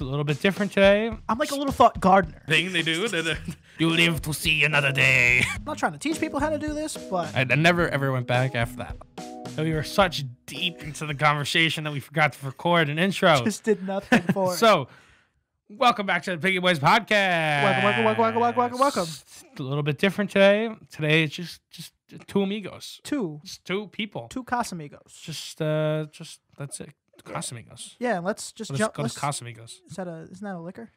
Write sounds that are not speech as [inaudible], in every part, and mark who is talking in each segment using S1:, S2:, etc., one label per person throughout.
S1: a little bit different today.
S2: I'm like a little thought gardener.
S1: Thing they do. They're the- [laughs] you live to see another day.
S2: I'm not trying to teach people how to do this, but
S1: I, I never ever went back after that. And we were such deep into the conversation that we forgot to record an intro.
S2: just
S1: [laughs]
S2: did nothing for it.
S1: so, welcome back to the Piggy Boys podcast.
S2: Welcome, welcome, welcome, welcome, welcome, welcome, welcome.
S1: A little bit different today. Today it's just just two amigos,
S2: two,
S1: just two people.
S2: two Casamigos.
S1: Just uh, just that's it. Casamigos.
S2: Yeah, and let's just
S1: Let's
S2: jump.
S1: go to
S2: let's-
S1: Casamigos.
S2: is that a isn't that a liquor?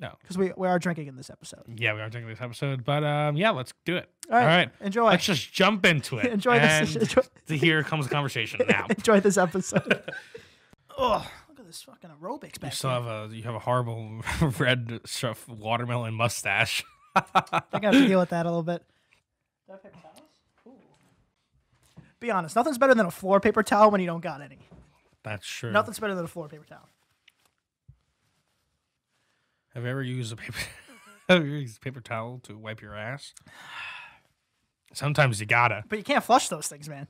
S1: No.
S2: because we we are drinking in this episode.
S1: Yeah, we are taking this episode, but um, yeah, let's do it.
S2: All right,
S1: All right.
S2: enjoy.
S1: Let's just jump into it.
S2: [laughs] enjoy this.
S1: And
S2: Enjoy,
S1: here comes the
S2: [laughs]
S1: conversation now.
S2: enjoy
S1: [laughs]
S2: this episode. oh, look at this fucking aerobics
S1: You
S2: back.
S1: still
S2: there.
S1: have a you have a horrible [laughs] red stuff watermelon mustache. [laughs]
S2: I gotta have to deal with that a little bit. Be honest, nothing's better than a floor paper towel when you don't got any.
S1: That's true.
S2: Nothing's better than a floor paper towel.
S1: Have you ever used a paper [laughs] have you ever used a paper towel to wipe your
S2: [sighs]
S1: ass? Sometimes you gotta.
S2: But you can't flush those things, man.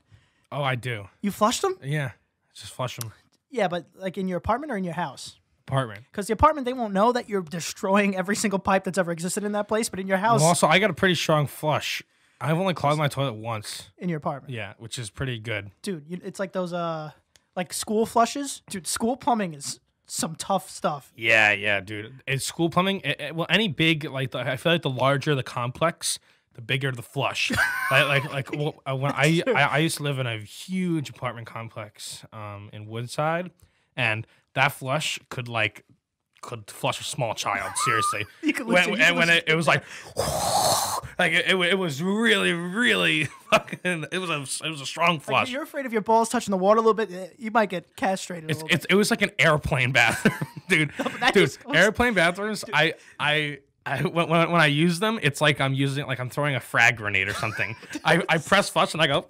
S1: Oh, I do.
S2: You flush them?
S1: Yeah, just flush them.
S2: Yeah, but like in your apartment or in your house?
S1: Apartment.
S2: Because the apartment, they won't know that you're destroying every single pipe that's ever existed in that place. But in your house,
S1: Well, also, I got a pretty strong flush. I've only clogged my toilet once.
S2: in your apartment,
S1: Yeah, which is pretty good.
S2: dude, you, it's like those uh, like school flushes, dude. School plumbing is some tough stuff.
S1: Yeah, yeah, dude. It's school plumbing. It, it- well, any big like the, I feel like the larger the complex, the bigger the
S2: [laughs]
S1: flush. like like like well, uh, when I, I I used to live in a huge apartment complex um in Woodside, and that flush could like could flush a small child seriously.
S2: [laughs] You could
S1: when,
S2: listen- you
S1: and
S2: could
S1: when
S2: listen-
S1: it, it was like [laughs] like it, it, wa- it was really really [laughs] fucking it was a it was a strong
S2: Like, if
S1: flush.
S2: you're afraid of your balls touching the water a little bit, eh, you might get castrated.
S1: It's,
S2: a little
S1: it's it was like an airplane bathroom, [laughs] dude.
S2: Oh, that
S1: dude,
S2: is awesome. [laughs]
S1: airplane bathrooms. I I. I, when, when, when I use them, it's like I'm using like I'm throwing a frag grenade or
S2: [laughs]
S1: something. I, I press flush and I go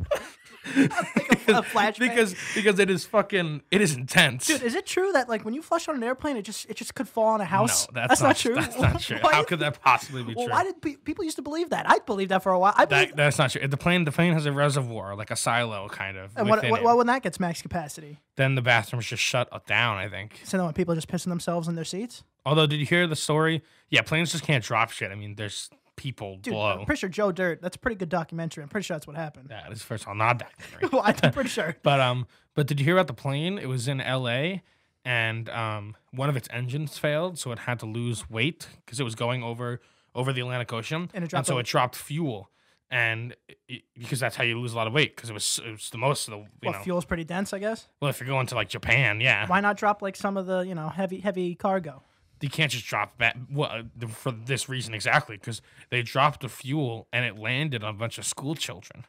S1: [laughs]
S2: bit. a flashback.
S1: because because it is fucking it is intense.
S2: Dude, is it true that like when you flush on an airplane, it just it just could fall on a
S1: no,
S2: house?
S1: that's, not,
S2: true.
S1: That's not true.
S2: [laughs] Why
S1: How
S2: did-
S1: could that possibly be
S2: well,
S1: true?
S2: why did pe- people used to believe that? I believed that for a while. I believe,
S1: that, that's not true. The plane the plane has a reservoir like a silo kind of.
S2: and what,
S1: within
S2: what,
S1: it.
S2: what when that gets max capacity?
S1: then the bathrooms just shut down. I think.
S2: So then when people are just pissing themselves in their seats.
S1: Although, did you hear the story? Yeah, planes just can't drop shit. I mean, there's people
S2: Dude,
S1: below.
S2: I'm pretty sure uh, Joe Dirt. That's a pretty good documentary. I'm pretty sure that's what happened.
S1: that is first of all not documentary.
S2: [laughs] well, I'm pretty sure.
S1: But um, but did you hear about the plane? It was in L.A. and um, one of its engines failed, so it had to lose weight because it was going over over the Atlantic Ocean,
S2: And it dropped
S1: so
S2: the-
S1: it dropped fuel, and i i- because that's how you lose a lot of weight because it was it was the most of the [laughs] you
S2: Well,
S1: know
S2: fuel's pretty dense, I guess.
S1: well if you're going to like Japan, yeah,
S2: Why not drop like some of the you know heavy heavy cargo?
S1: you can't just drop that well uh, the- for this reason exactly because they dropped the fuel and it landed on a bunch of school children.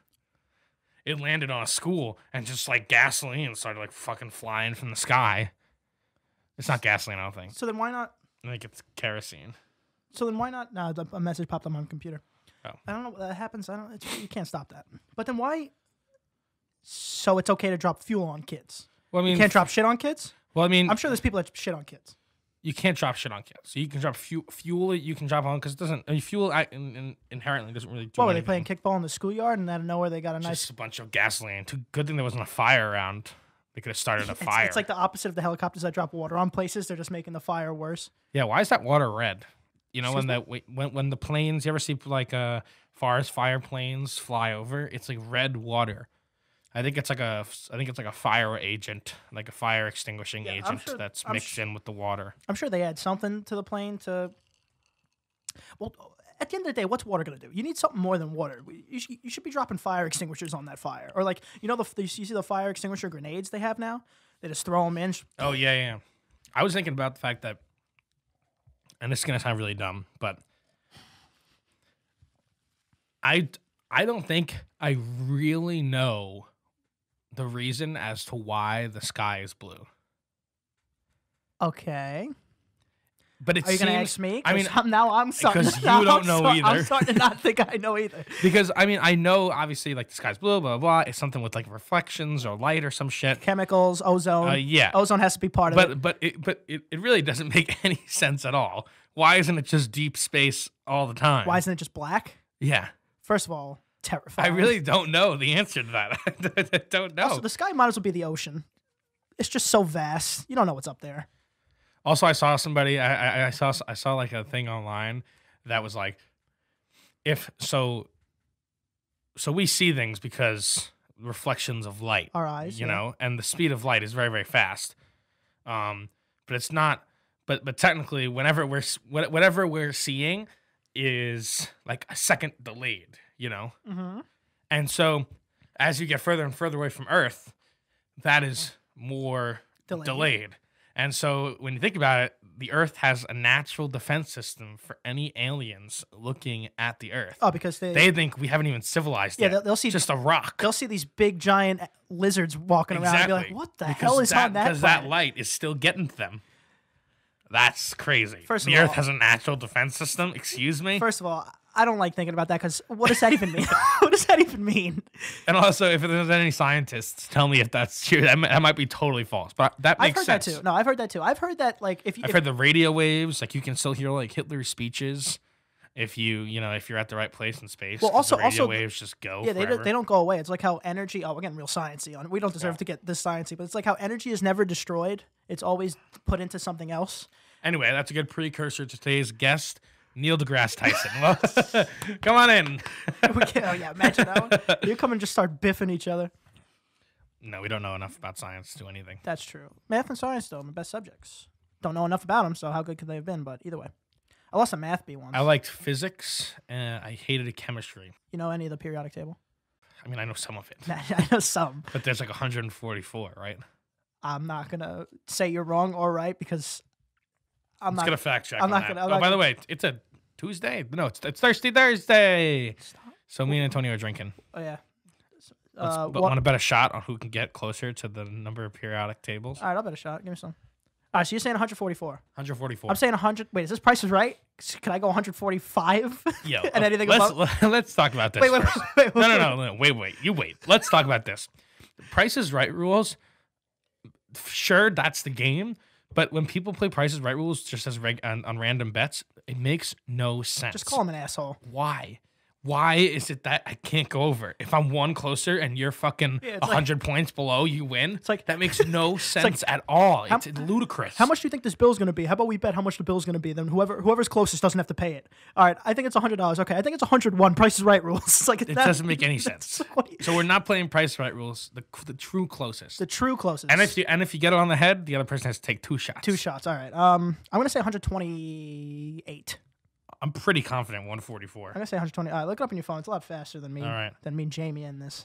S1: It landed on a school and just like gasoline started like fucking flying from the sky. It's not gasoline, I don't think.
S2: So then why not?
S1: I think it's kerosene.
S2: So then why not? No, the- a message popped up on my computer.
S1: Oh.
S2: I don't know what that happens. I don't. It's, you can't stop that. But then why? So it's okay to drop fuel on kids.
S1: Well, I mean,
S2: You can't drop shit on kids.
S1: well, I mean,
S2: I'm sure there's people that shit on kids.
S1: you can't drop shit on kids. So you can drop fuel. Fuel you can drop on because it doesn't. I mean, fuel I, in, in, inherently doesn't really. Do
S2: What were they
S1: anything.
S2: playing kickball in the schoolyard and out of nowhere they got a nice.
S1: Just a bunch of gasoline. Too, good thing there wasn't a fire around. They could have started a
S2: [laughs] It's,
S1: fire.
S2: it's like the opposite of the helicopters that drop water on places. They're just making the fire worse.
S1: Yeah, why is that water red? You know, when the wait, when when the planes, you ever see like uh forest fire planes fly over? It's like red water. I think it's like a I think it's like a fire agent, like a fire extinguishing
S2: I'm
S1: agent
S2: sure-
S1: that's
S2: I'm
S1: mixed in with the water.
S2: I'm sure they add something to the plane to. Well, at the end of the day, what's water going to do? You need something more than water. We- You should, you should be dropping fire extinguishers on that fire, or like you know the, the you see the fire extinguisher grenades they have now. They just throw them in.
S1: Oh yeah, yeah. I was thinking about the fact that, and this is gonna sound really dumb, but I I don't think I really know the reason as to why the sky is blue.
S2: Okay.
S1: But it
S2: Are you going to
S1: seems-
S2: ask me?
S1: I
S2: 'Cause
S1: mean, uh,
S2: I'm, now I'm starting.
S1: 'cause you
S2: [laughs] now
S1: don't
S2: I'm
S1: know either.
S2: I'm starting to not think I know
S1: [laughs]
S2: either.
S1: Because I mean, I know obviously like the sky's blue, blah blah. blah. It's something with like reflections or light or some shit.
S2: Chemicals, ozone.
S1: Uh, yeah,
S2: Ozone has to be part of it.
S1: but but it, but it, it really doesn't [laughs] make any sense at all. Why isn't it just deep space all the time?
S2: Why isn't it just black?
S1: Yeah,
S2: First of all, terrifying.
S1: I really don't know the answer to that. [laughs] I don't know.
S2: Also, the sky might as well be the ocean. It's just so vast. You don't know what's up there.
S1: Also, I saw somebody. I, I, I saw I saw like a thing online that was like, if so, so we see things because reflections of light.
S2: Our eyes,
S1: you
S2: yeah.
S1: know, and the speed of light is very very fast. Um, but it's not. But but technically, whenever we're s- what- whatever we're seeing is like a second delayed. You know,
S2: Mm-hmm.
S1: and so as you get further and further away from Earth, that is more
S2: Delayed.
S1: delayed. And so when you think about it, the Earth has a natural defense system for any aliens looking at the Earth.
S2: Oh, because they,
S1: They think we haven't even civilized
S2: yeah
S1: yet.
S2: they'll, they'll see
S1: just a rock.
S2: they'll see these big giant eh, lizards walking around and be like, what the
S1: Because
S2: hell is on that?
S1: Because that
S2: planet?"
S1: light is still getting to them. That's crazy.
S2: First
S1: the
S2: of
S1: Earth
S2: all-
S1: has a natural defense system. Excuse me.
S2: First of all, I don't like thinking about that because what does
S1: [laughs]
S2: that even mean? [laughs] what does that even mean?
S1: And also, if there's any scientists, tell me if that's true. That, mi- that might be totally false, but that
S2: I've
S1: makes
S2: heard
S1: sense.
S2: that too. No, I've heard that too. I've heard that like if you
S1: I've
S2: if,
S1: heard the radio waves. Like you can still hear like Hitler's speeches if you you know if you're at the right place in space.
S2: Well,
S1: 'cause the
S2: also-
S1: radio
S2: also-
S1: waves just go.
S2: yeah, they don't,
S1: forever.
S2: they don't go away. It's like how energy. Oh, again, real sciencey. On we don't deserve to get this sciencey, but it's like how energy is never destroyed. It's always put into something else. [laughs]
S1: Anyway, that's a good precursor to today's guest, Neil deGrasse Tyson. Well, [laughs] come on in.
S2: We can't, oh yeah, imagine that one. You come and just start biffing each other.
S1: No, we don't know enough about science to do anything.
S2: That's true. Math and science, though, are my best subjects. Don't know enough about them, so how good could they have been? But either way, I lost a math B once.
S1: I liked physics. And I hated chemistry.
S2: you know any of the periodic table? [laughs]
S1: I mean, I know some of it,
S2: I know some.
S1: but there's like 144, right?
S2: I'm not gonna say you're wrong or right because I'm
S1: I'm
S2: not.
S1: just gonna fact check.
S2: I'm
S1: on
S2: not
S1: that.
S2: gonna- I'm
S1: oh,
S2: not
S1: by the way, it's a Tuesday. No, it's, it's Thirsty Thursday. So me and Antonio are drinking.
S2: Oh yeah. S-
S1: Let's
S2: Uh,
S1: but
S2: what-
S1: want to bet a shot on who can get closer to the number of periodic tables.
S2: all right, I'll bet a shot. Give me some. All right, so you're saying 144.
S1: 144.
S2: I'm saying 100. Wait, is this price is right? S- Can I go [laughs] 145?
S1: Yo, uh,
S2: and anything
S1: let's, [laughs]
S2: above?
S1: let's talk about this
S2: Wait, wait, [laughs]
S1: first.
S2: wait, wait,
S1: No, no, no, no. Wait, wait. You wait. Let's talk about this. Price is Right rules. Sure, that's the game. But when people play Price is Right rules just as reg- on, on random bets, it makes no sense.
S2: Just call him an asshole.
S1: Why? Why is it that I can't go over? If I'm one closer and you're fucking
S2: Yeah, it's like-
S1: 100 points below, you win. It's
S2: like-
S1: that makes
S2: [laughs]
S1: no sense at all. It's ludicrous.
S2: How much do you think this bill's going to be? How about we bet how much the bill's going to be? Then whoever whoever's closest doesn't have to pay it. All right, I think it's $100. Okay, I think it's 101. Price is right rules. [laughs] It's like
S1: It doesn't make
S2: [laughs]
S1: any sense.
S2: what you-
S1: so we're not playing price right rules. The the true closest.
S2: the true closest.
S1: and if you and if you get it on the head, the other person has to take two shots.
S2: two shots. All right. Um, I'm going to say 128.
S1: I'm pretty confident 144.
S2: I'm gonna say 120. All right, look it up on your phone. It's a lot faster than me.
S1: All right.
S2: Than me and Jamie in this.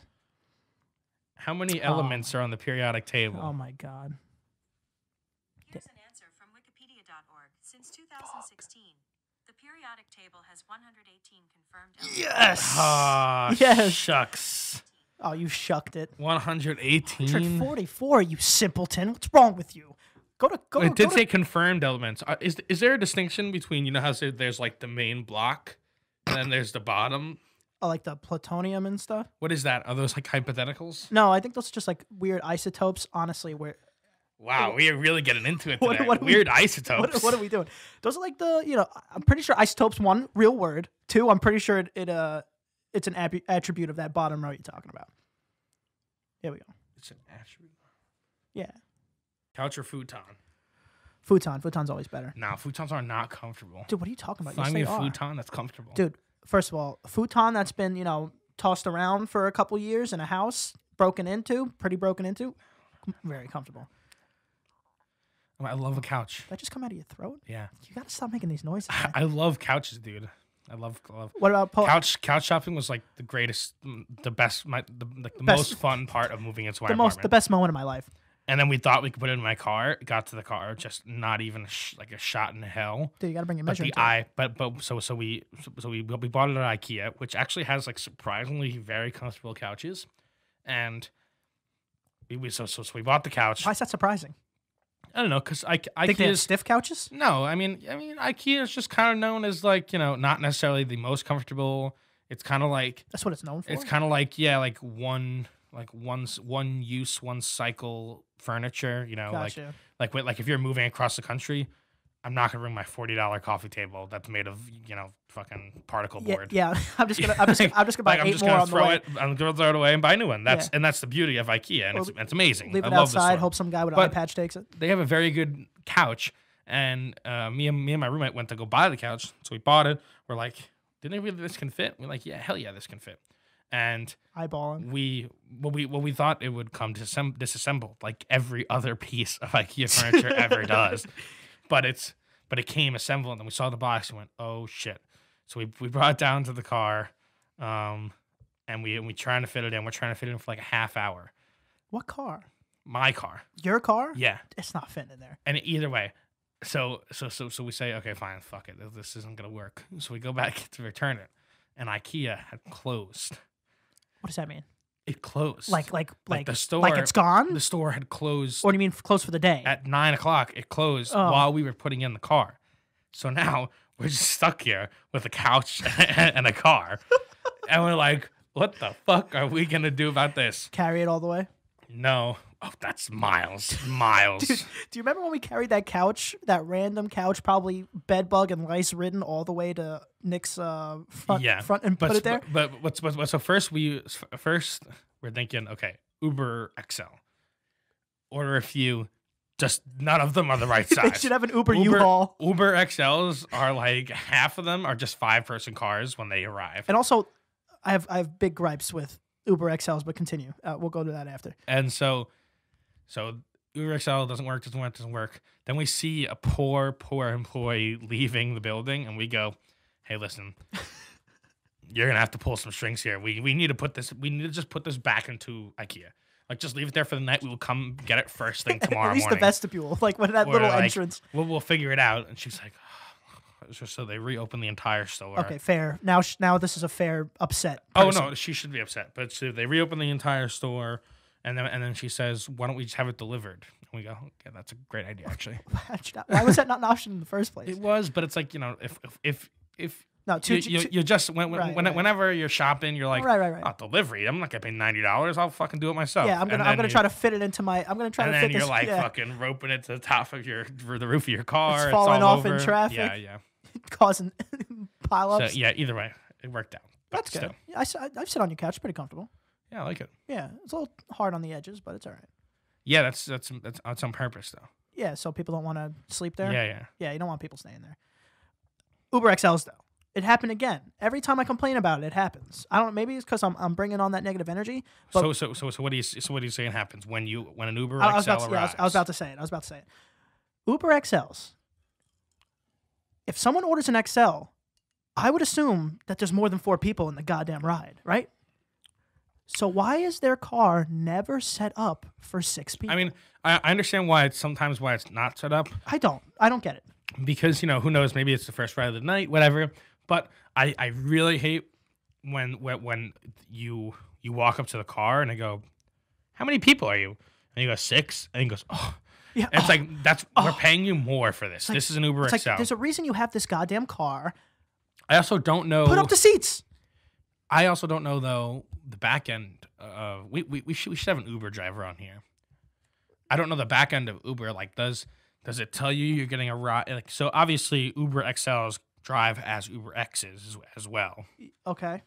S1: How many elements are on the periodic table?
S2: Oh my god.
S3: Here's an answer from Wikipedia.org. Since 2016, the periodic table has 118 confirmed elements.
S2: Yes.
S1: Ah,
S2: [laughs] Yes.
S1: shucks.
S2: Oh, you shucked it.
S1: 118.
S2: 144. You simpleton. What's wrong with you? Go to go.
S1: It
S2: go
S1: did
S2: to,
S1: say confirmed elements. Uh, Is is there a distinction between you know how say there's like the main block, and then there's the bottom?
S2: oh, like the plutonium and stuff.
S1: What is that? Are those like hypotheticals?
S2: No, I think those are just like weird isotopes. Honestly, where
S1: Wow, we are really getting into it today.
S2: [laughs] What- what are we-
S1: Weird
S2: [laughs] what,
S1: isotopes.
S2: what are we doing? Those are like the you know. I'm pretty sure isotopes. One real word. Two. I'm pretty sure it, it uh, it's an ab- attribute of that bottom row you're talking about. Here we go.
S1: It's an attribute.
S2: Yeah.
S1: Couch or futon?
S2: Futon. Futon's always better.
S1: Nah, futons are not comfortable.
S2: Dude, what are you talking about? Yes,
S1: Find me
S2: they
S1: a
S2: are.
S1: futon that's comfortable.
S2: dude first of all futon that's been you know tossed around for a couple years in a house broken into pretty broken into very comfortable
S1: I love a couch.
S2: that just come out of your throat
S1: Yeah, [laughs]
S2: you gotta stop making these noises man.
S1: I love couches, dude. I love I love
S2: what about po-
S1: couch. Couch shopping was like the greatest, mm, the best, my the, like the
S2: Best-
S1: most fun part of moving into my
S2: the most
S1: apartment.
S2: the best moment of my life
S1: and then we thought we could put it in my car. Got to the car, just not even a sh- like a shot in hell.
S2: dude you gotta bring your
S1: But
S2: measuring
S1: the
S2: tape.
S1: I, but but so so we so we we bought it at IKEA, which actually has like surprisingly very comfortable couches, and we- we so so, so we bought the couch.
S2: why
S1: I,
S2: is that surprising
S1: don't know because I
S2: think they have
S1: IKEA's
S2: stiff couches
S1: no, I mean I mean IKEA is just kind of known as like you know not necessarily the most comfortable. It's kind of like
S2: that's what it's known for
S1: it's kind of like yeah, like one like one s- one use one cycle furniture. You know,
S2: gotcha
S1: like like wi- like if you're moving across the country, I'm not gonna bring my forty dollar coffee table that's made of you know fucking particle
S2: yeah,
S1: board.
S2: yeah [laughs] i'm just gonna
S1: [laughs]
S2: i'm just, I'm just gonna buy
S1: like, I'm
S2: eight
S1: just
S2: more
S1: gonna
S2: on
S1: throw
S2: the way
S1: it. I'm gonna throw it away and buy a new one. That's
S2: Yeah.
S1: and that's the beauty of IKEA, and
S2: Or
S1: it's, it's amazing.
S2: leave
S1: I
S2: it
S1: love this
S2: outside
S1: store.
S2: hope some guy with an eye
S1: But-
S2: patch takes it
S1: They have a very good couch, And uh, me and me and my roommate went to go buy the couch, so we bought it. We're like, didn't we this can fit? We're like, yeah, hell yeah, this can fit. And
S2: eyeballing.
S1: we what we what we thought it would come disem- disassembled, like every other piece of IKEA furniture ever does. But it's but it came assembled, and then we saw the box and went, oh shit. So we we brought it down to the car, um, and we and we trying to fit it in. We're trying to fit it in for like a half hour.
S2: What car?
S1: My car,
S2: Your car?
S1: yeah.
S2: It's not fitting in there.
S1: And either way, so so so so we say, okay, fine, fuck it, this isn't gonna work. So we go back [laughs] to return it, and IKEA had closed.
S2: What does that mean?
S1: It closed.
S2: Like like like
S1: the
S2: like
S1: store-
S2: it's gone?
S1: the store had closed
S2: or do you mean f- close for the day?
S1: at nine o'clock. It closed
S2: Oh.
S1: while we were putting in the car. So now [laughs] we're just stuck here with a couch [laughs] and a car. and we're like, what the fuck are we gonna do about this?
S2: Carry it all the way.
S1: No. Oh, that's miles. Miles.
S2: [laughs] Dude, do you remember when we carried that couch, that random couch, probably bed bug and lice ridden, all the way to Nick's uh, front,
S1: yeah.
S2: front and
S1: but,
S2: put it there?
S1: But, but what's, what's, what's so first we first we're thinking, okay, Uber XL. Order a few. Just none of them are the right
S2: [laughs] They
S1: size.
S2: should have an Uber, U-Haul.
S1: Uber XLs are like half of them are just five person cars when they arrive.
S2: And also, I have I have big gripes with Uber XLs, but continue. Uh, we'll go to that after. [laughs]
S1: And so, so Uber XL doesn't work, doesn't work, doesn't work. Then we see a poor, poor employee leaving the building, and we go, "Hey,
S2: [laughs]
S1: listen, you're gonna have to pull some strings here. We we need to put this. We need to just put this back into IKEA. Like, just leave it there for the night. We will come get it first
S2: [laughs]
S1: thing tomorrow
S2: At least
S1: morning.
S2: the vestibule, like when that
S1: Or,
S2: little
S1: like,
S2: entrance.
S1: We'll, we'll figure it out." And she's like. [sighs] So so they reopen the entire store.
S2: Okay, fair. Now sh- now this is a fair upset.
S1: Oh
S2: person.
S1: no, she should be upset. But so they reopen the entire store, and then and then she says, "Why don't we just have it delivered?" And we go, "Yeah, that's a great idea, actually."
S2: [laughs] Why was that not an option in the first place?
S1: [laughs] it was, but it's like you know, if if if, if
S2: No, two,
S1: you,
S2: two-
S1: you,
S2: two-
S1: you just when, when,
S2: Right,
S1: when-
S2: right.
S1: whenever you're shopping, you're like,
S2: Right, right, right.
S1: "Oh, delivery. I'm not gonna pay ninety dollars. I'll fucking do it myself."
S2: yeah, I'm gonna I'm gonna try to fit it into my. I'm gonna try
S1: And
S2: to
S1: then
S2: fit
S1: you're
S2: this.
S1: like
S2: yeah, [laughs]
S1: fucking roping it to the top of your for the roof of your car.
S2: falling
S1: all
S2: off in
S1: over.
S2: traffic.
S1: Yeah, yeah.
S2: [laughs] causing
S1: So
S2: pileups.
S1: yeah, either way, it worked out. But
S2: That's good.
S1: still,
S2: Yeah, I, s- I- I've sit on your couch, pretty comfortable.
S1: Yeah, I like it.
S2: Yeah, it's a little hard on the edges, but it's all right.
S1: Yeah, that's that's that's, that's on purpose though.
S2: Yeah, so people don't want to sleep there.
S1: Yeah, yeah.
S2: Yeah, you don't want people staying there. Uber XLs though, it happened again. Every time I complain about it, it happens. I don't. Maybe it's because I'm I'm bringing on that negative energy. But
S1: so so so so what do you so what do you saying happens when you when an Uber
S2: I, I
S1: or
S2: was
S1: XL
S2: about to,
S1: arrives?
S2: yeah, I, was, I was about to say it. I was about to say it. Uber XLs. If someone orders an XL, I would assume that there's more than four people in the goddamn ride, right? So why is their car never set up for six people?
S1: I mean, I, I understand why it's sometimes why it's not set up
S2: I don't. I don't get it.
S1: because you know who knows maybe it's the first ride of the night, whatever. But I I really hate when when when you you walk up to the car and I go, how many people are you? And he goes six, and he goes, oh.
S2: Yeah,
S1: And it's like that's we're paying you more for this. this is an Uber
S2: [laughs] Oh. It's
S1: XL.
S2: like there's a reason you have this goddamn car.
S1: I also don't know.
S2: Put up the seats.
S1: I also don't know though the back end. Uh, we, we we should we should have an Uber driver on here. I don't know the back end of Uber. Like, does does it tell you you're getting a ride? Like, so obviously Uber XLs drive as Uber X's as, as well.
S2: Okay.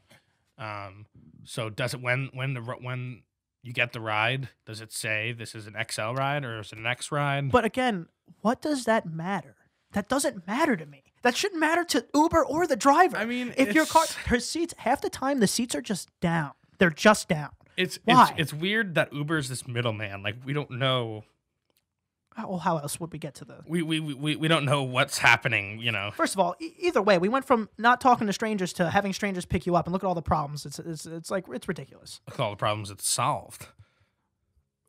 S1: Um, so does it when when the ri- when you get the ride? Does it say this is an XL ride or is it an X ride?
S2: But again, what does that matter? That doesn't matter to me. That shouldn't matter to Uber or the driver.
S1: I mean,
S2: if your car,
S1: it's-
S2: her seats, half the time the seats are just down. They're just down.
S1: it's
S2: why?
S1: it's it's weird that Uber's this middleman. Like, we don't know.
S2: How- Well, how else would we get to the?
S1: We we, we- we we don't know what's happening. You know.
S2: First of all, e- either way, we went from not talking to strangers to having strangers pick you up, and look at all the problems. It's it's, it's like it's ridiculous.
S1: with all the problems it's solved.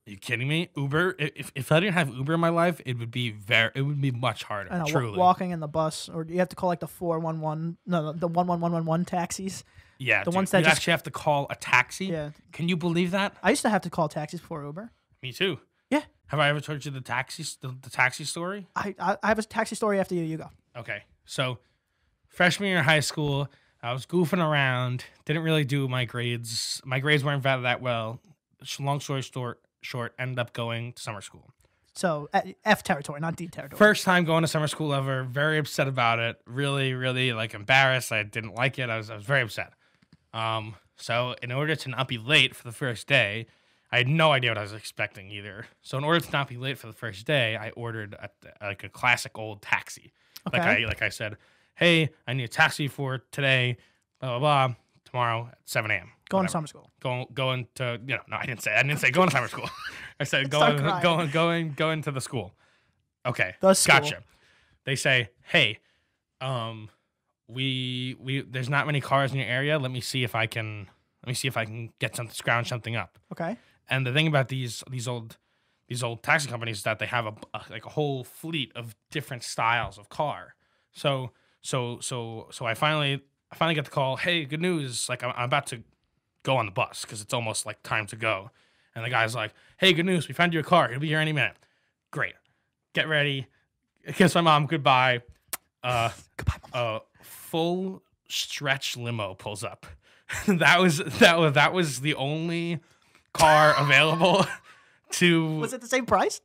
S1: Are you kidding me? Uber. i- If, if I didn't have Uber in my life, it would be very. It would be much harder.
S2: I know, wa-
S1: truly.
S2: walking in the bus, or you have to call like the four one one, no, the one one one one one taxis.
S1: yeah.
S2: the
S1: dude,
S2: ones that
S1: you
S2: just-
S1: actually have to call a taxi.
S2: Yeah.
S1: Can you believe that?
S2: I used to have to call taxis before Uber.
S1: Me too.
S2: Yeah,
S1: Have I ever told you the taxi s- the, the taxi story?
S2: I, I I have a taxi story after you. You go.
S1: Okay. So, freshman year of high school, I was goofing around. Didn't really do my grades. My grades weren't that that well. Sh- Long story short, short ended up going to summer school.
S2: So uh, F territory, not D territory.
S1: First time going to summer school ever. Very upset about it. Really, really like embarrassed. I didn't like it. I was, I was very upset. Um, so in order to not be late for the first day, I had no idea what I was expecting either. So in order to not be late for the first day, I ordered a, like a classic old taxi. Like
S2: Okay.
S1: I like I said, hey, I need a taxi for today, blah blah blah. Tomorrow at seven a.m.
S2: Going to
S1: whatever
S2: summer school.
S1: going going to you know no I didn't say I didn't say going to summer school. [laughs] I said
S2: Start
S1: going
S2: crying.
S1: going going going to the school. Okay,
S2: The school.
S1: gotcha. They say hey, um, we we there's not many cars in your area. Let me see if I can let me see if I can get something scrounge something up.
S2: Okay.
S1: And the thing about these these old these old taxi companies is that they have a, a like a whole fleet of different styles of car. So so so so I finally I finally got the call. Hey, good news! Like I'm, I'm about to go on the bus because it's almost like time to go. And the guy's like, Hey, good news! We found you a car. It'll be here any minute. Great. Get ready. Kiss my mom. Goodbye. Uh,
S2: Goodbye, mom.
S1: a full stretch limo pulls up. [laughs] that was that was that was the only
S2: [laughs]
S1: car available to
S2: Was it the same price?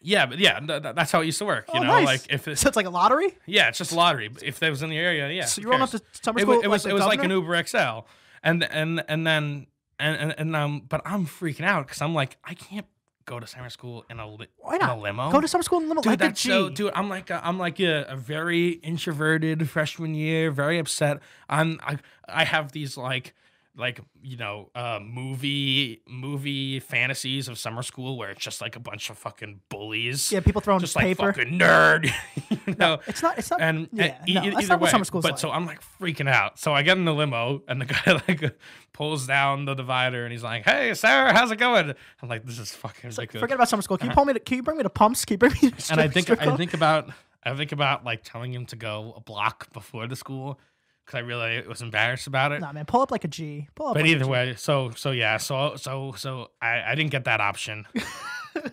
S1: yeah but yeah th- th- that's how it used to work you
S2: Oh,
S1: know
S2: nice.
S1: like if it's,
S2: So it's like a lottery.
S1: yeah it's just lottery but if that was in the area yeah
S2: so
S1: who
S2: you run up
S1: cares?
S2: to summer
S1: it
S2: school.
S1: was it was,
S2: like
S1: it was like an Uber XL, and and and then and and, and um, but I'm freaking out because I'm like I can't go to summer school in a li-
S2: Why
S1: in a
S2: not?
S1: limo.
S2: Go to summer school in limo.
S1: Dude,
S2: like a
S1: that's
S2: G.
S1: so. Dude, I'm like a, I'm like a, a very introverted freshman year, very upset. I'm I I have these like like you know uh, movie movie fantasies of summer school where it's just like a bunch of fucking bullies,
S2: yeah, people throwing
S1: just like
S2: paper.
S1: fucking nerd, [laughs] you know
S2: it's not. It's not.
S1: and
S2: yeah,
S1: e-
S2: no,
S1: e-
S2: that's
S1: either
S2: not
S1: way,
S2: what summer school's
S1: but
S2: like.
S1: so I'm like freaking out. So I get in the limo, and the [laughs] guy like pulls down the divider, and he's like, "Hey, Sarah, how's it going?" I'm like, "This is fucking
S2: It's like,
S1: ridiculous."
S2: forget about summer school. Can you pull me? To, can you bring me to pumps? Can you bring me? To
S1: and I think
S2: strip
S1: I
S2: club?
S1: think about I think about like telling him to go a block before the school because I really was embarrassed about it.
S2: Nah, man, pull up like a G. Pull up.
S1: But
S2: like a
S1: either
S2: G.
S1: way, so so yeah, so so so I, I didn't get that option.
S2: [laughs]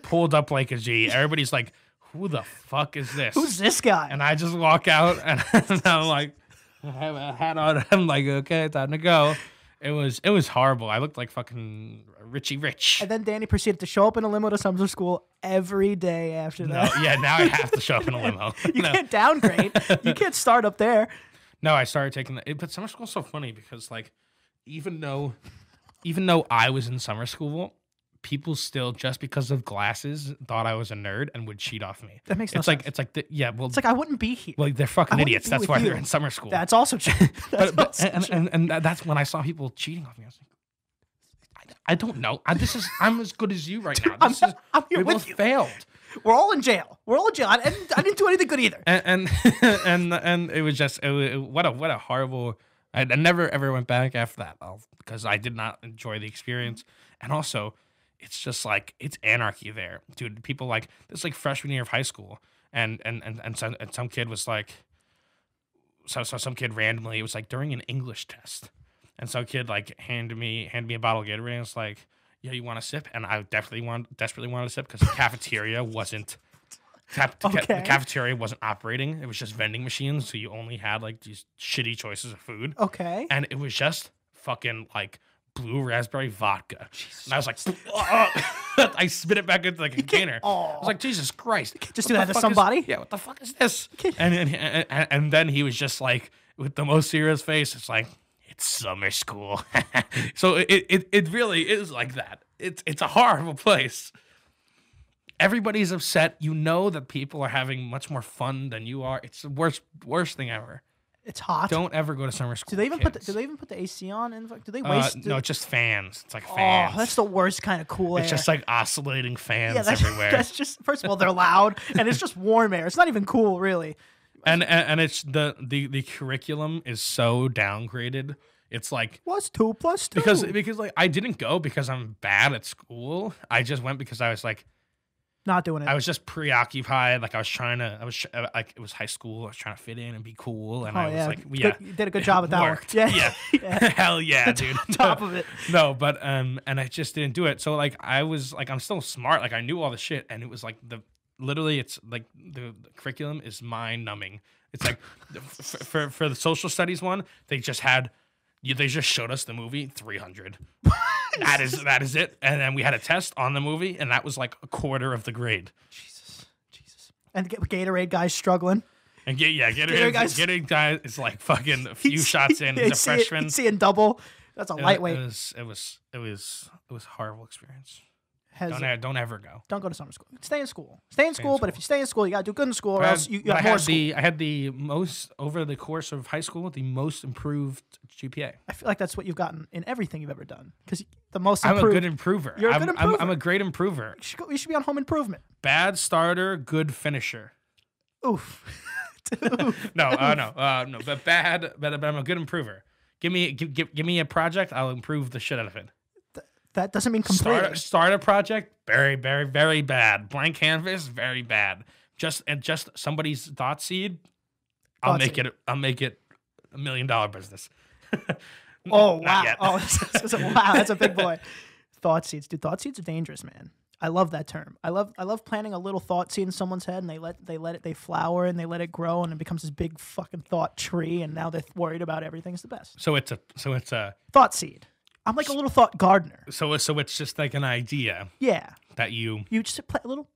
S1: Pulled up like a G. Everybody's like, "Who the fuck is this?"
S2: who's this guy?
S1: and I just walk out and, [laughs] I'm like, I have a hat on. I'm like, okay, time to go. It was it was horrible. I looked like fucking Richie Rich.
S2: And then Danny proceeded to show up in a limo to summer school every day after
S1: No,
S2: that. [laughs]
S1: yeah, [laughs] now I have to show up in a limo.
S2: you
S1: no,
S2: can't downgrade. you can't start up there.
S1: no, I started taking the. It, but summer school's so funny because like, even though, even though I was in summer school, people still just because of glasses thought I was a nerd and would cheat off me.
S2: That makes no
S1: it's like
S2: sense.
S1: it's like the, yeah, well,
S2: It's like I wouldn't be here.
S1: well, they're
S2: I
S1: fucking
S2: wouldn't
S1: idiots.
S2: be
S1: That's
S2: with
S1: why
S2: you.
S1: they're in summer school.
S2: That's also true. [laughs] That's
S1: but, but
S2: also
S1: and,
S2: true.
S1: and, and tha- that's when I saw people cheating off me. I was like, I, I don't know. I, this is I'm as good as you right now.
S2: [laughs] I'm
S1: This
S2: not-
S1: is,
S2: I'm here
S1: we
S2: with
S1: both
S2: you.
S1: failed.
S2: We're all in jail. We're all in jail. I didn't, I didn't do anything good either.
S1: And and [laughs] and, and it was just it, wa- it- what a what a horrible. I, I never ever went back after that because I did not enjoy the experience. And also, it's just like it's anarchy there, dude. People like this like freshman year of high school, and and and and some, and some kid was like, so so some kid randomly it was like during an English test, and some kid like handed me handed me a bottle of Gatorade and was like, "Yeah, you want a sip?" And I definitely want desperately wanted a sip because the cafeteria wasn't. Cap, ca-
S2: Okay.
S1: The cafeteria wasn't operating. It was just vending machines, so you only had like these shitty choices of food,
S2: Okay.
S1: and it was just fucking like blue raspberry vodka. and I was like, [laughs] "Ugh." I spit it back into the container. I was like, Jesus Christ! what
S2: just do that
S1: the
S2: to
S1: fuck is-
S2: somebody.
S1: yeah, what the fuck is this? And and, and and then he was just like with the most serious face. It's like it's summer school. [laughs] so it, it it really is like that. It's it's a horrible place. Everybody's upset. You know that people are having much more fun than you are. It's the worst worst thing ever.
S2: It's hot.
S1: Don't ever go to summer school.
S2: do they even put? The,
S1: kids.
S2: do they even put the AC on? And do they
S1: Uh,
S2: waste?
S1: no, it's just fans. It's like
S2: oh,
S1: fans.
S2: that's the worst kind of cool air.
S1: it's just like oscillating fans
S2: yeah, that's, [laughs]
S1: everywhere.
S2: that's just. First of all, they're loud, and it's just warm air. It's not even cool, really.
S1: and, and and it's the the the curriculum is so downgraded. It's like
S2: Plus two, plus two.
S1: because because like I didn't go because I'm bad at school. I just went because I was like
S2: not doing it.
S1: I was just preoccupied. Like I was trying to I was tr- uh, like it was high school. I was trying to fit in and be cool, and
S2: oh
S1: I was
S2: yeah,
S1: like
S2: Good-
S1: yeah.
S2: you did a good job at that one.
S1: worked.
S2: [laughs] Yeah,
S1: Yeah. [laughs] Hell yeah, dude.
S2: [laughs] top of it.
S1: No, but um, and I just didn't do it. So like, I was like, I'm still smart. Like I knew all the shit, and it was like the literally, it's like the, the curriculum is mind numbing. It's like the- for, for for the social studies one, they just had, you, they just showed us the movie 300. that is that is it. And then we had a test on the movie, and that was like a quarter of the grade.
S2: Jesus, Jesus. And the Gatorade guys struggling.
S1: And get yeah, get
S2: Gatorade
S1: it,
S2: guys-
S1: get it, guy is like fucking a few
S2: He's-
S1: shots
S2: [laughs]
S1: in. He's
S2: he's
S1: a
S2: seeing-
S1: freshman. Uh,
S2: he's seeing double. That's a
S1: It wa-
S2: lightweight.
S1: It was it was it was it was a horrible experience.
S2: has
S1: Don't, e- don't ever go.
S2: don't go to summer school. Stay in school. Stay
S1: Stay in
S2: in school, but if you stay in school, you gotta do good in school, or
S1: But I-
S2: else you, you
S1: but I
S2: have
S1: had
S2: more school.
S1: the I had the most over the course of high school the most improved GPA.
S2: I feel like that's what you've gotten in everything you've ever done, because the most
S1: I'm a
S2: improved.
S1: good improver.
S2: You're a
S1: I'm,
S2: good
S1: I'm- I'm
S2: improver.
S1: a great improver.
S2: you, should go- you should be on home improvement.
S1: Bad starter, good finisher.
S2: Oof. [laughs] Oof.
S1: No, uh,
S2: [laughs]
S1: no, uh, no. But bad, but, but I'm a good improver. Give me give, give, give me a project, I'll improve the shit out of it.
S2: that doesn't mean complete.
S1: Start, start a project, very very very bad. Blank canvas, very bad. Just and just somebody's thought seed, I'll
S2: Thought
S1: make
S2: seed.
S1: it I'll make it a million dollar business.
S2: Oh wow!
S1: Not yet.
S2: Oh, [laughs] this is a- wow, that's a big boy. thought seeds, dude. Thought seeds are dangerous, man. I love that term. I love I love planting a little thought seed in someone's head, and they let they let it they flower and they let it grow, and it becomes this big fucking thought tree. And now they're worried about everything. It's the best
S1: So it's a so it's a
S2: thought seed. I'm like a little thought gardener.
S1: so it's- so it's just like an idea
S2: Yeah,
S1: that you
S2: you just plant a little.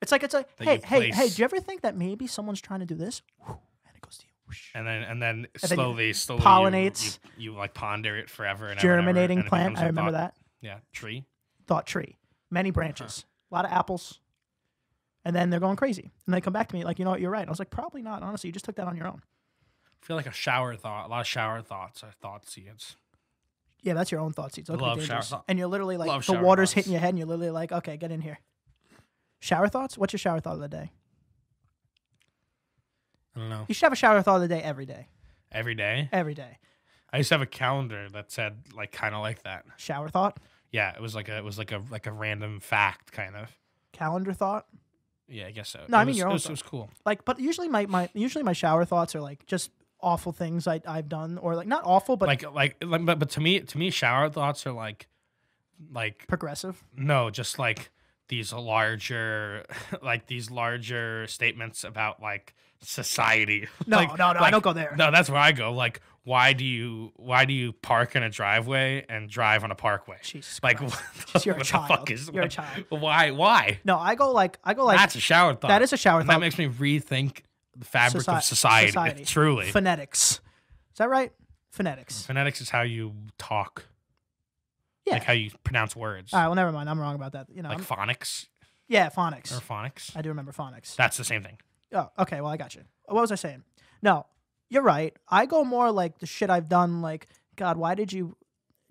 S2: It's like it's like
S1: That
S2: hey
S1: you
S2: hey hey.
S1: place-
S2: Do you ever think that maybe someone's trying to do this, Whew, and it goes to you, whoosh.
S1: and then and then
S2: then you
S1: slowly slowly you-
S2: pollinates.
S1: you, you, like ponder it forever and ever and ever,
S2: germinating
S1: and it
S2: plant.
S1: becomes
S2: I
S1: a
S2: remember
S1: thought-
S2: that.
S1: yeah tree
S2: thought tree, many branches, a lot of apples. And then they're going crazy. And they come back to me like, you know what, you're right. I was like, probably not. Honestly, you just took that on your own.
S1: I feel like a shower thought a lot of shower thoughts are thought seeds
S2: Yeah, that's your own thought seeds. Those could be
S1: Love shower
S2: dangerous.
S1: thought-
S2: And you're literally like,
S1: love
S2: the
S1: shower
S2: water's
S1: thoughts.
S2: hitting your head and you're literally like, okay, get in here. Shower thoughts? What's your shower thought of the day?
S1: I don't know
S2: You should have a shower thought of the day every day.
S1: every day
S2: Every day.
S1: I used to have a calendar that said like kind of like that
S2: Shower thought,
S1: yeah it was like a it was like a like a random fact kind of
S2: calendar thought.
S1: yeah I guess so
S2: No,
S1: it
S2: I mean
S1: was,
S2: your
S1: it
S2: own
S1: was, it
S2: thought.
S1: was cool
S2: Like, but usually my, my usually my shower thoughts are like just awful things I, I've done or like not awful, but like
S1: like like like but, but to me to me shower thoughts are like like
S2: progressive.
S1: No, just like these larger, [laughs] like these larger statements about like society. [laughs]
S2: No,
S1: Like-
S2: no, no, I
S1: like-
S2: don't go there.
S1: No, that's where I go. Like, why do you why do you park in a driveway and drive on a parkway?
S2: Jesus
S1: [laughs] like, [laughs]
S2: Christ.
S1: what the,
S2: You're
S1: what
S2: a
S1: the
S2: child.
S1: fuck is
S2: You're a
S1: what-
S2: child.
S1: Why? Why?
S2: No, I go like I go like
S1: that's a shower thought.
S2: that is a shower
S1: And
S2: thought.
S1: that makes me rethink the fabric
S2: Soci-
S1: of society.
S2: society.
S1: Truly,
S2: phonetics. Is that right? Phonetics.
S1: phonetics is how you talk,
S2: Yeah.
S1: like how you pronounce words,
S2: All right. Well, never mind. I'm wrong about that. You know.
S1: like
S2: I'm-
S1: phonics
S2: yeah,
S1: or
S2: phonics.
S1: phonics.
S2: I do remember phonics.
S1: That's the same thing.
S2: Oh, okay. Well, I got you. What was I saying? No, you're right. I go more like the shit I've done. Like, God, why did you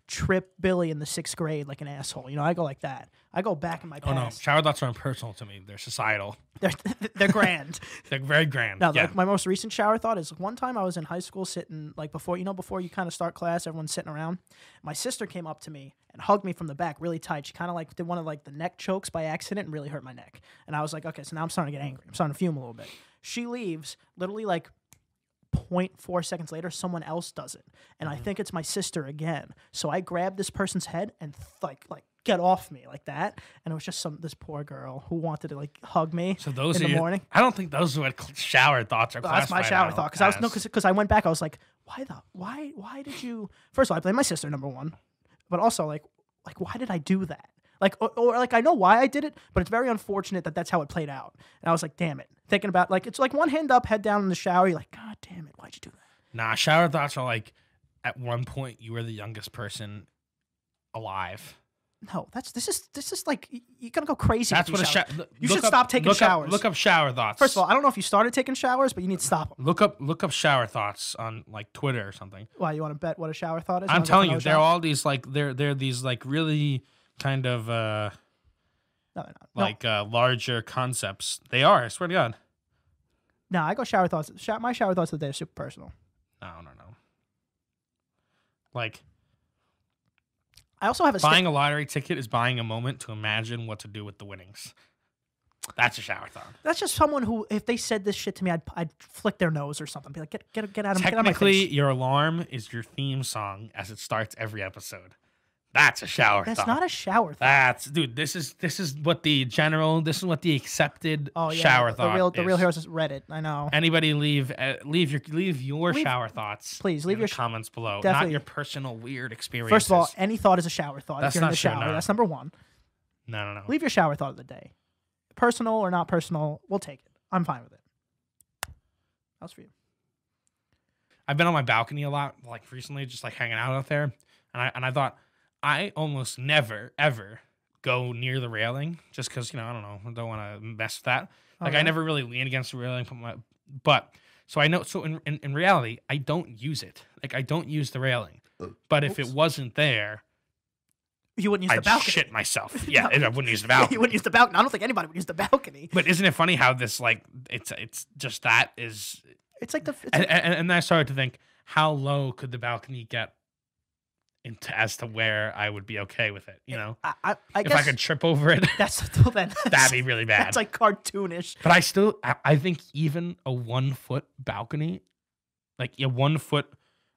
S2: trip Billy in the sixth grade like an asshole? You know, I go like that. I go back in my
S1: Oh no,
S2: past.
S1: shower thoughts aren't personal to me. They're societal.
S2: They're
S1: [laughs]
S2: they're grand.
S1: They're very grand.
S2: No,
S1: yeah.
S2: like my most recent shower thought is one time I was in high school sitting like before you know before you kind of start class, everyone's sitting around. My sister came up to me and hugged me from the back really tight. She kind of like did one of like the neck chokes by accident and really hurt my neck. And I was like, okay, so now I'm starting to get angry. I'm starting to fume a little bit. She leaves literally like 0.4 seconds later, someone else does it, and
S1: Mm-hmm.
S2: I think it's my sister again. So I grab this person's head and th- like like get off me like that, and it was just some this poor girl who wanted to like hug me
S1: so those
S2: in
S1: are
S2: the
S1: your-
S2: morning.
S1: I don't think those are what cl- shower thoughts are.
S2: Well, that's my
S1: classified
S2: shower
S1: out
S2: thought because I was no
S1: as.
S2: because I went back. I was like, why the why why did you? First of all, I blame my sister number one, but also like like why did I do that? Like or, or like I know why I did it, but it's very unfortunate that that's how it played out. And I was like, damn it, thinking about like it's like one hand up, head down in the shower. You're like, god damn it, why'd you do that?
S1: nah. Shower thoughts are like at one point you were the youngest person alive.
S2: No, that's this is this is like y- you're gonna go crazy.
S1: That's
S2: if you
S1: what a
S2: shower.
S1: shower.
S2: You should stop taking
S1: look
S2: showers.
S1: Up, look up shower thoughts.
S2: First of all, I don't know if you started taking showers, but you need to stop them.
S1: look up look up shower thoughts on like Twitter or something.
S2: Why you want to bet what a shower thought is?
S1: I'm
S2: wanna go for
S1: telling you,
S2: another
S1: they're
S2: shower?
S1: all these like they're they're these like really kind of uh
S2: no, they're not. No.
S1: like uh larger concepts. They are. I swear to God.
S2: no, I go shower thoughts. Sho- my shower thoughts of the day are super personal.
S1: No, no, no. Like
S2: I also have a sta-
S1: Buying a lottery ticket is buying a moment to imagine what to do with the winnings. That's a shower thought.
S2: That's just someone who, if they said this shit to me, I'd, I'd flick their nose or something. Be like, get get get out of get out of my
S1: Technically,
S2: face.
S1: your alarm is your theme song as it starts every episode. That's a shower
S2: That's
S1: thought.
S2: not a shower thought.
S1: That's dude. This is this is what the general. This is what the accepted
S2: Oh yeah,
S1: shower
S2: the
S1: thought.
S2: real the real
S1: is.
S2: heroes is Reddit. I know.
S1: Anybody leave uh, leave your leave your
S2: Leave-
S1: shower thoughts.
S2: please, leave
S1: in
S2: your
S1: the
S2: sh-
S1: comments below. Not
S2: definitely.
S1: your personal weird experience.
S2: First of all, any thought is a shower thought.
S1: That's
S2: if you're
S1: not
S2: in the
S1: true,
S2: shower,
S1: no.
S2: that's number one.
S1: no, no, no.
S2: Leave your shower thought of the day, personal or not personal. We'll take it. I'm fine with it. How's for you?
S1: I've been on my balcony a lot, like recently, just like hanging out out there, and I and I thought I almost never ever go near the railing just because you know I don't know I don't want to mess with that. Like I
S2: Okay.
S1: never really lean against the railing, put my, but so I know. So in, in in reality, I don't use it. Like I don't use the railing. But if
S2: Oops.
S1: it wasn't there,
S2: You wouldn't use the
S1: I'd
S2: balcony. [laughs]
S1: shit myself. Yeah,
S2: No.
S1: I wouldn't
S2: [laughs]
S1: use the
S2: Yeah,
S1: balcony.
S2: you wouldn't use the balcony. I don't think anybody would use the balcony.
S1: but isn't it funny how this like it's it's just that is
S2: It's like the. It's
S1: and,
S2: like,
S1: and, and I started to think, how low could the balcony get into as to where I would be okay with it? You know,
S2: I, I, I
S1: if I
S2: guess
S1: could trip over
S2: [laughs]
S1: it, [laughs]
S2: that's well then.
S1: that'd be really bad.
S2: That's like cartoonish.
S1: but I still, I, I think even a one foot balcony, like a one foot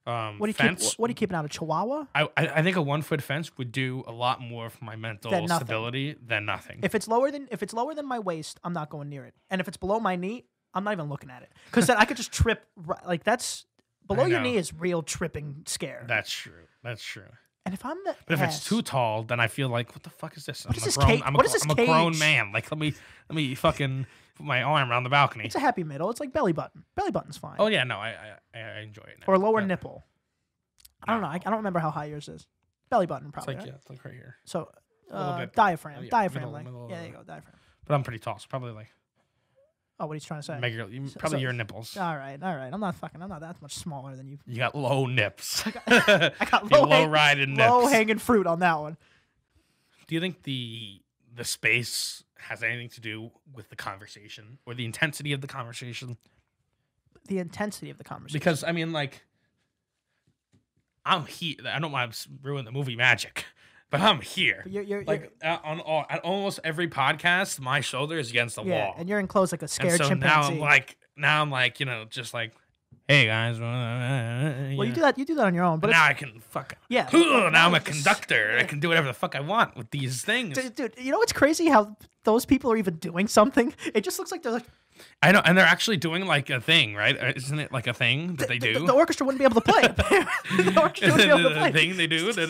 S1: um,
S2: What do you
S1: fence, Mm.
S2: keep? What are you keeping out of Chihuahua?
S1: I, I I think a one foot fence would do a lot more for my mental
S2: nothing.
S1: stability than nothing.
S2: If it's lower than if it's lower than my waist, I'm not going near it. And if it's below my knee, I'm not even looking at it because then I could just trip. ri- Like that's below your
S1: know.
S2: knee is real tripping scare.
S1: That's true. That's true.
S2: and if I'm the
S1: But if
S2: ass-
S1: it's too tall, then I feel like, what the fuck is this?
S2: What
S1: I'm
S2: is
S1: a
S2: this
S1: grown,
S2: cage-
S1: I'm a,
S2: what is
S1: gr-
S2: this
S1: I'm a grown
S2: cage?
S1: man. Like, let me, let me fucking put my arm around the balcony.
S2: it's a happy middle. It's like belly button. Belly button's fine.
S1: Oh yeah, no, I I, I I enjoy it. Now.
S2: or lower
S1: Yeah.
S2: nipple. I don't know. I, I don't remember how high yours is. Belly button
S1: It's
S2: probably.
S1: like
S2: right?
S1: yeah, it's like right here.
S2: So
S1: A little
S2: uh,
S1: bit.
S2: diaphragm,
S1: Oh, yeah,
S2: diaphragm,
S1: middle-
S2: like
S1: middle of
S2: yeah, there
S1: the-
S2: you go, diaphragm.
S1: But I'm pretty tall, so probably like
S2: Oh, what he's trying to say?
S1: mega, you-
S2: So-
S1: probably
S2: so-
S1: your nipples.
S2: all right, all right. I'm not fucking. I'm not that much smaller than you.
S1: You got low nips. I [laughs]
S2: got [laughs] low
S1: low,
S2: hang-
S1: riding
S2: Low
S1: nips.
S2: hanging fruit on that one.
S1: Do you think the the space has anything to do with the conversation or the intensity of the conversation?
S2: The intensity of the conversation.
S1: Because I mean, like, I'm here. I don't want to ruin the movie magic, but I'm here.
S2: But you're, you're,
S1: Like uh, on all, at almost every podcast, my shoulder is against the
S2: you're, yeah,
S1: wall.
S2: and you're enclosed like a
S1: and
S2: scared
S1: so now
S2: chimpanzee.
S1: I'm like, now I'm like, you know, just like, hey guys. uh,
S2: well, you do that. You do that on your own, but
S1: now I can fuck.
S2: Yeah,
S1: "Ooh,
S2: like, now
S1: now I'm
S2: you
S1: a
S2: just-
S1: conductor. and I can do whatever the fuck I want with these things.
S2: it's, dude, you know what's crazy? How those people are even doing something. [laughs] It just looks like they're like
S1: I know, and they're actually doing like a thing, right? Uh, Isn't it like a thing that they
S2: the,
S1: do?
S2: the orchestra wouldn't be able to play. [laughs]
S1: [laughs]
S2: the [laughs] orchestra wouldn't be able to
S1: The
S2: play.
S1: thing they
S2: [laughs]
S1: do. They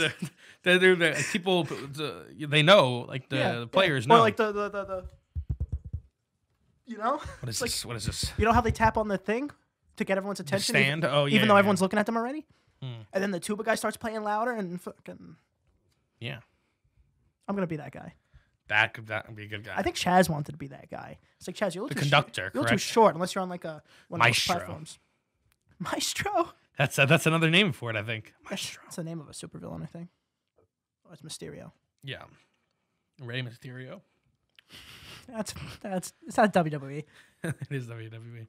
S1: they do the people. uh, They know, like the,
S2: Yeah,
S1: the
S2: yeah.
S1: players
S2: Or
S1: know.
S2: like the the the, the you know.
S1: what is
S2: like-
S1: this? What is this?
S2: You know how they tap on the thing to get everyone's attention? ev-
S1: stand? Oh, yeah,
S2: Even though
S1: yeah, Hmm.
S2: everyone's looking at them already? And then the tuba guy starts playing louder and fucking.
S1: Yeah,
S2: I'm going to be that guy.
S1: that could that would be a good guy.
S2: I think Chaz wanted to be that guy. It's like, Chaz, you look
S1: The
S2: too
S1: conductor,
S2: Short. You're too
S1: correct.
S2: short unless you're on like a one
S1: Maestro.
S2: of those platforms. Maestro?
S1: that's uh, that's another name for it. I think.
S2: Maestro. That's the name of a supervillain, I think. Or it's Mysterio.
S1: Yeah, Ray Mysterio. [laughs]
S2: That's, that's, it's not E. WWE.
S1: it is WWE.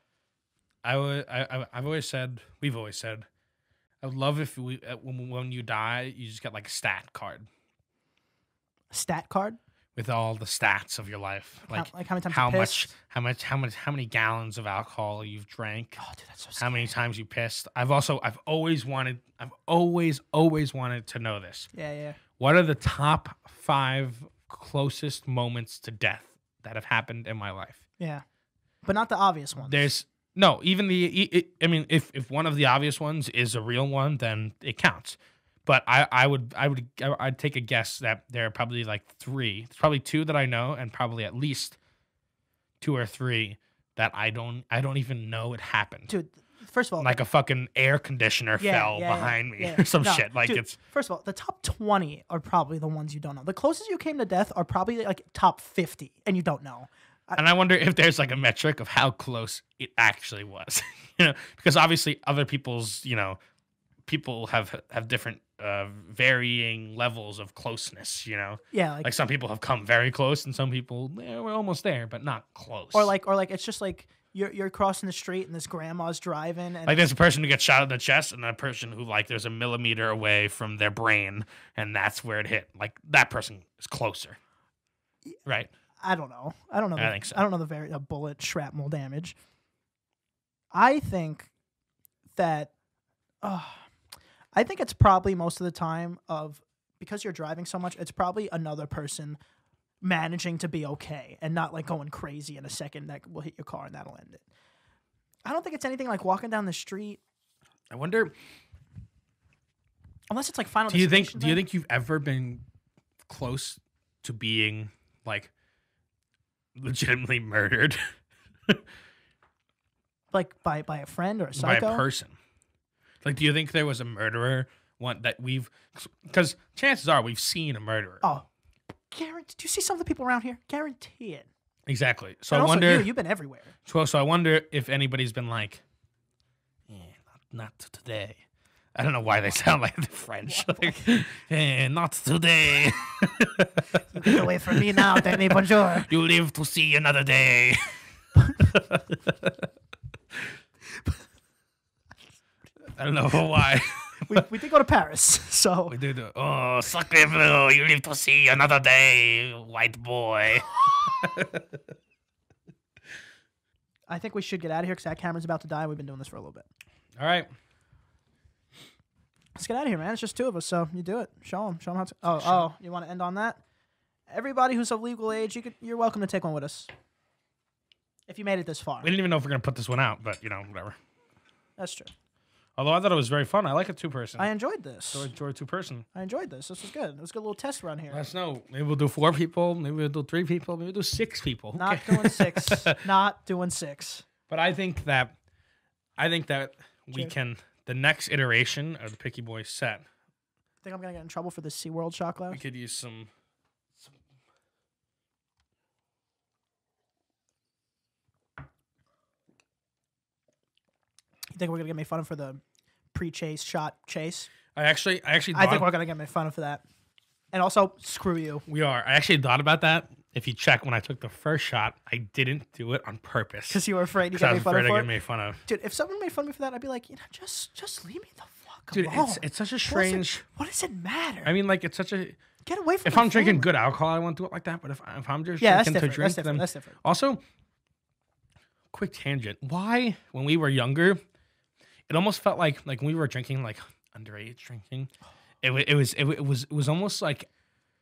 S2: [sighs]
S1: I would. I, I. I've always said. We've always said. I would love if we uh, when, when you die, you just get like a stat card
S2: Stat card?
S1: with all the stats of your life, like
S2: like how many times you
S1: how much,
S2: pissed.
S1: how much, how much, how many gallons of alcohol you've drank,
S2: Oh, dude, that's so
S1: how many times you pissed. I've also. I've always wanted. I've always, always wanted to know this.
S2: Yeah, yeah.
S1: What are the top five closest moments to death that have happened in my life?
S2: Yeah. But not the obvious ones.
S1: There's no even the. i- i- I mean, if if one of the obvious ones is a real one, then it counts. But I, I would I would I- I'd take a guess that there are probably like three. There's probably two that I know, and probably at least two or three that I don't I don't even know it happened.
S2: Dude, first of all,
S1: Like a fucking air conditioner
S2: Yeah,
S1: fell
S2: yeah, yeah,
S1: behind me [laughs]
S2: yeah.
S1: or some
S2: No,
S1: shit. Like
S2: dude,
S1: it's
S2: first of all, the top twenty are probably the ones you don't know. The closest you came to death are probably like top fifty, and you don't know. Uh, I,
S1: and I wonder if there's like a metric of how close it actually was, [laughs] you know, because obviously other people's, you know, people have have different uh, varying levels of closeness, you know.
S2: yeah, like,
S1: Like some people have come very close, and some people eh, we're almost there, but not close.
S2: or like or like it's just like you're you're crossing the street and this grandma's driving and
S1: like there's a person who gets shot in the chest, and a person who like there's a millimeter away from their brain, and that's where it hit. Like that person is closer, right?
S2: I don't know. I don't know.
S1: I
S2: the-
S1: think so.
S2: I don't know the very the bullet shrapnel damage. I think that uh, I think it's probably most of the time of because you're driving so much, it's probably another person managing to be okay and not like going crazy in a second that will hit your car and that'll end it. I don't think it's anything like walking down the street
S1: I wonder
S2: unless it's like final.
S1: do you think
S2: Destination
S1: do you
S2: time.
S1: think you've ever been close to being like legitimately murdered [laughs]
S2: like by by a friend or a
S1: by
S2: psycho?
S1: a person like do you think there was a murderer one that we've because chances are we've seen a murderer
S2: oh, guarantee. Do you see some of the people around here? Guarantee it.
S1: Exactly. So
S2: and
S1: I
S2: also
S1: wonder.
S2: you, you've been everywhere.
S1: so, so I wonder if anybody's been like, yeah, not, not today. I don't know why they [laughs] sound like the French. Like, "Eh, not today.
S2: You get away from me now, Danny. Bonjour.
S1: [laughs] you live to see another day. [laughs] I don't know why. [laughs]
S2: We, we did go to Paris, [laughs] so
S1: We do the oh sucker blue, you live to see another day, white boy.
S2: I think we should get out of here because that camera's about to die. and We've been doing this for a little bit.
S1: All right.
S2: Let's get out of here, man. It's just two of us, so you do it. Show them. Show them how to. Oh, oh, you want to end on that? Everybody who's of legal age, you could, you're welcome to take one with us. If you made it this far,
S1: We didn't even know if we are gonna put this one out, but you know, whatever.
S2: that's true.
S1: Although I thought it was very fun. I like a two person.
S2: I enjoyed this.
S1: enjoy two person.
S2: I enjoyed this. This was good. It was a good little test run here.
S1: Let us know. Maybe we'll do four people, maybe we'll do three people, maybe we'll do six people. Who [laughs]
S2: Not
S1: cares?
S2: doing six. Not doing six.
S1: But I think that I think that we can the next iteration of the Picky Boy set,
S2: Think I'm gonna get in trouble for the SeaWorld shock
S1: we
S2: lounge?
S1: could use some
S2: You think we're gonna get made fun of for the pre-chase shot chase?
S1: I actually I actually
S2: I
S1: thought
S2: think we're gonna get made fun of for that. And also, screw you.
S1: we are. I actually thought about that. If you check when I took the first shot, I didn't do it on purpose.
S2: Because you were afraid you
S1: 'Cause I
S2: got
S1: was
S2: made fun
S1: afraid
S2: of
S1: of
S2: for it.
S1: getting made fun of.
S2: Dude, if someone made fun of me for that, I'd be like, you know, just just leave me the fuck
S1: Dude,
S2: alone.
S1: it's, it's such a
S2: What does Oh, it-
S1: strange.
S2: What does it matter?
S1: I mean, like it's such a.
S2: get away from.
S1: If
S2: my
S1: I'm drinking
S2: family.
S1: good alcohol, I won't do it like that. But if, if I'm just
S2: yeah, that's
S1: drinking
S2: different.
S1: to drink,
S2: that's different.
S1: then
S2: That's different.
S1: also, quick tangent. Why, when we were younger, it almost felt like like when we were drinking, like underage drinking, it, wa- it was it, wa- it was it was almost like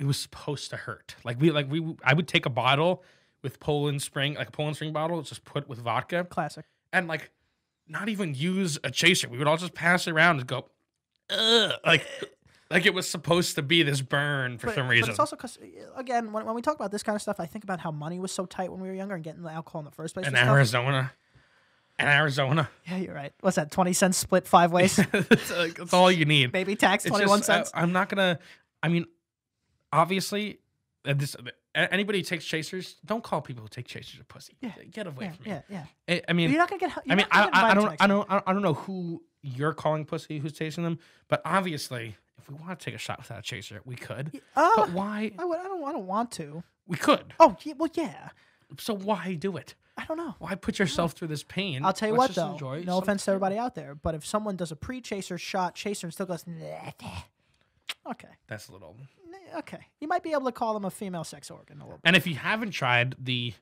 S1: it was supposed to hurt. Like we like we I would take a bottle with Poland Spring, like a Poland Spring bottle, just put with vodka,
S2: Classic.
S1: and like not even use a chaser. We would all just pass it around and go, Ugh, like like it was supposed to be this burn for
S2: But-
S1: some reason.
S2: But it's also because, again, when, when we talk about this kind of stuff, I think about how money was so tight when we were younger and getting the alcohol in the first place.
S1: in
S2: and stuff.
S1: Arizona, in
S2: [laughs]
S1: Arizona,
S2: Yeah, you're right. What's that? Twenty cents
S1: [laughs]
S2: split five ways.
S1: that's, like, that's all you need.
S2: Baby tax
S1: It's
S2: twenty one
S1: just, uh, I-
S2: cents.
S1: I'm not gonna. I mean, obviously, uh, this a- anybody who takes chasers, don't call people who take chasers a pussy.
S2: Yeah.
S1: Get away
S2: yeah,
S1: from me.
S2: yeah, yeah.
S1: I, I mean,
S2: You're not gonna get.
S1: I
S2: You're
S1: mean,
S2: not
S1: I,
S2: gonna get
S1: I, I
S2: invited to
S1: don't,
S2: next
S1: I
S2: one.
S1: don't, I don't- I don't know who you're calling pussy, who's chasing them, but obviously, if we want to take a shot without a chaser, we could.
S2: Uh,
S1: But why?
S2: I would. I don't. I don't want to.
S1: We could.
S2: Oh, yeah, well, yeah.
S1: So why do it?
S2: I don't know.
S1: Why put yourself through this pain?
S2: I'll tell you
S1: Let's just
S2: what, though.
S1: enjoy
S2: No
S1: some-
S2: offense to everybody out there, but if someone does a pre-chaser shot, chaser, and still goes, okay,
S1: That's a little.
S2: Nah, okay, you might be able to call them a female sex organ a little bit.
S1: And if you haven't tried the,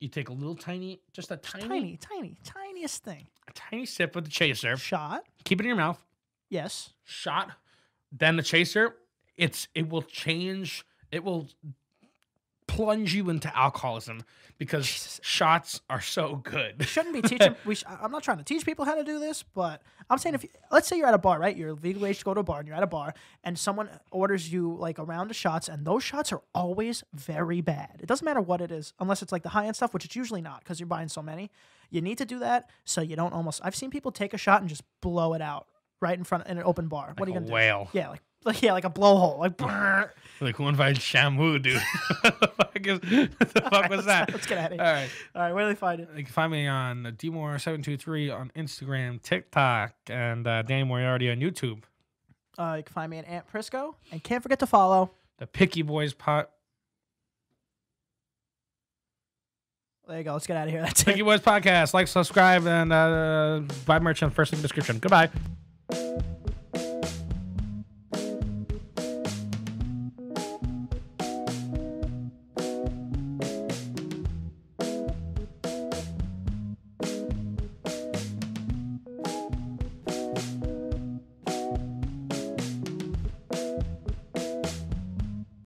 S1: you take a little tiny, just a tiny,
S2: Tiny, tiny, tiniest thing.
S1: a tiny sip of the chaser.
S2: Shot.
S1: Keep it in your mouth.
S2: Yes.
S1: shot than the chaser, it's it will change. It will plunge you into alcoholism because shots are so good.
S2: Shouldn't
S1: [laughs]
S2: be teaching. We sh- I- I'm not trying to teach people how to do this, but I'm saying if you, let's say you're at a bar, right? You're legal age to go to a bar, and you're at a bar, and someone orders you like a round of shots, and those shots are always very bad. It doesn't matter what it is, unless it's like the high end stuff, which it's usually not because you're buying so many. You need to do that so you don't almost. I've seen people take a shot and just blow it out right in front in an open bar. what are you
S1: a
S2: gonna
S1: whale.
S2: do? Yeah, like, like yeah, like a blowhole, like. brrr.
S1: Like who invited Shamu, dude? [laughs] what the fuck, is, [laughs] what the fuck was that? Uh,
S2: Let's get out of
S1: All
S2: here.
S1: right.
S2: All right, where do they find it?
S1: You can find me on Dmore723 on Instagram, TikTok, and uh, Danny Moriarty on YouTube.
S2: Uh, you can find me at Aunt Prisco, and can't forget to follow.
S1: The Picky Boys Pot
S2: There you go. Let's get out of here. [laughs] That's it.
S1: Picky Boys Podcast. Like, subscribe, and uh, buy merch in the first link description. Goodbye.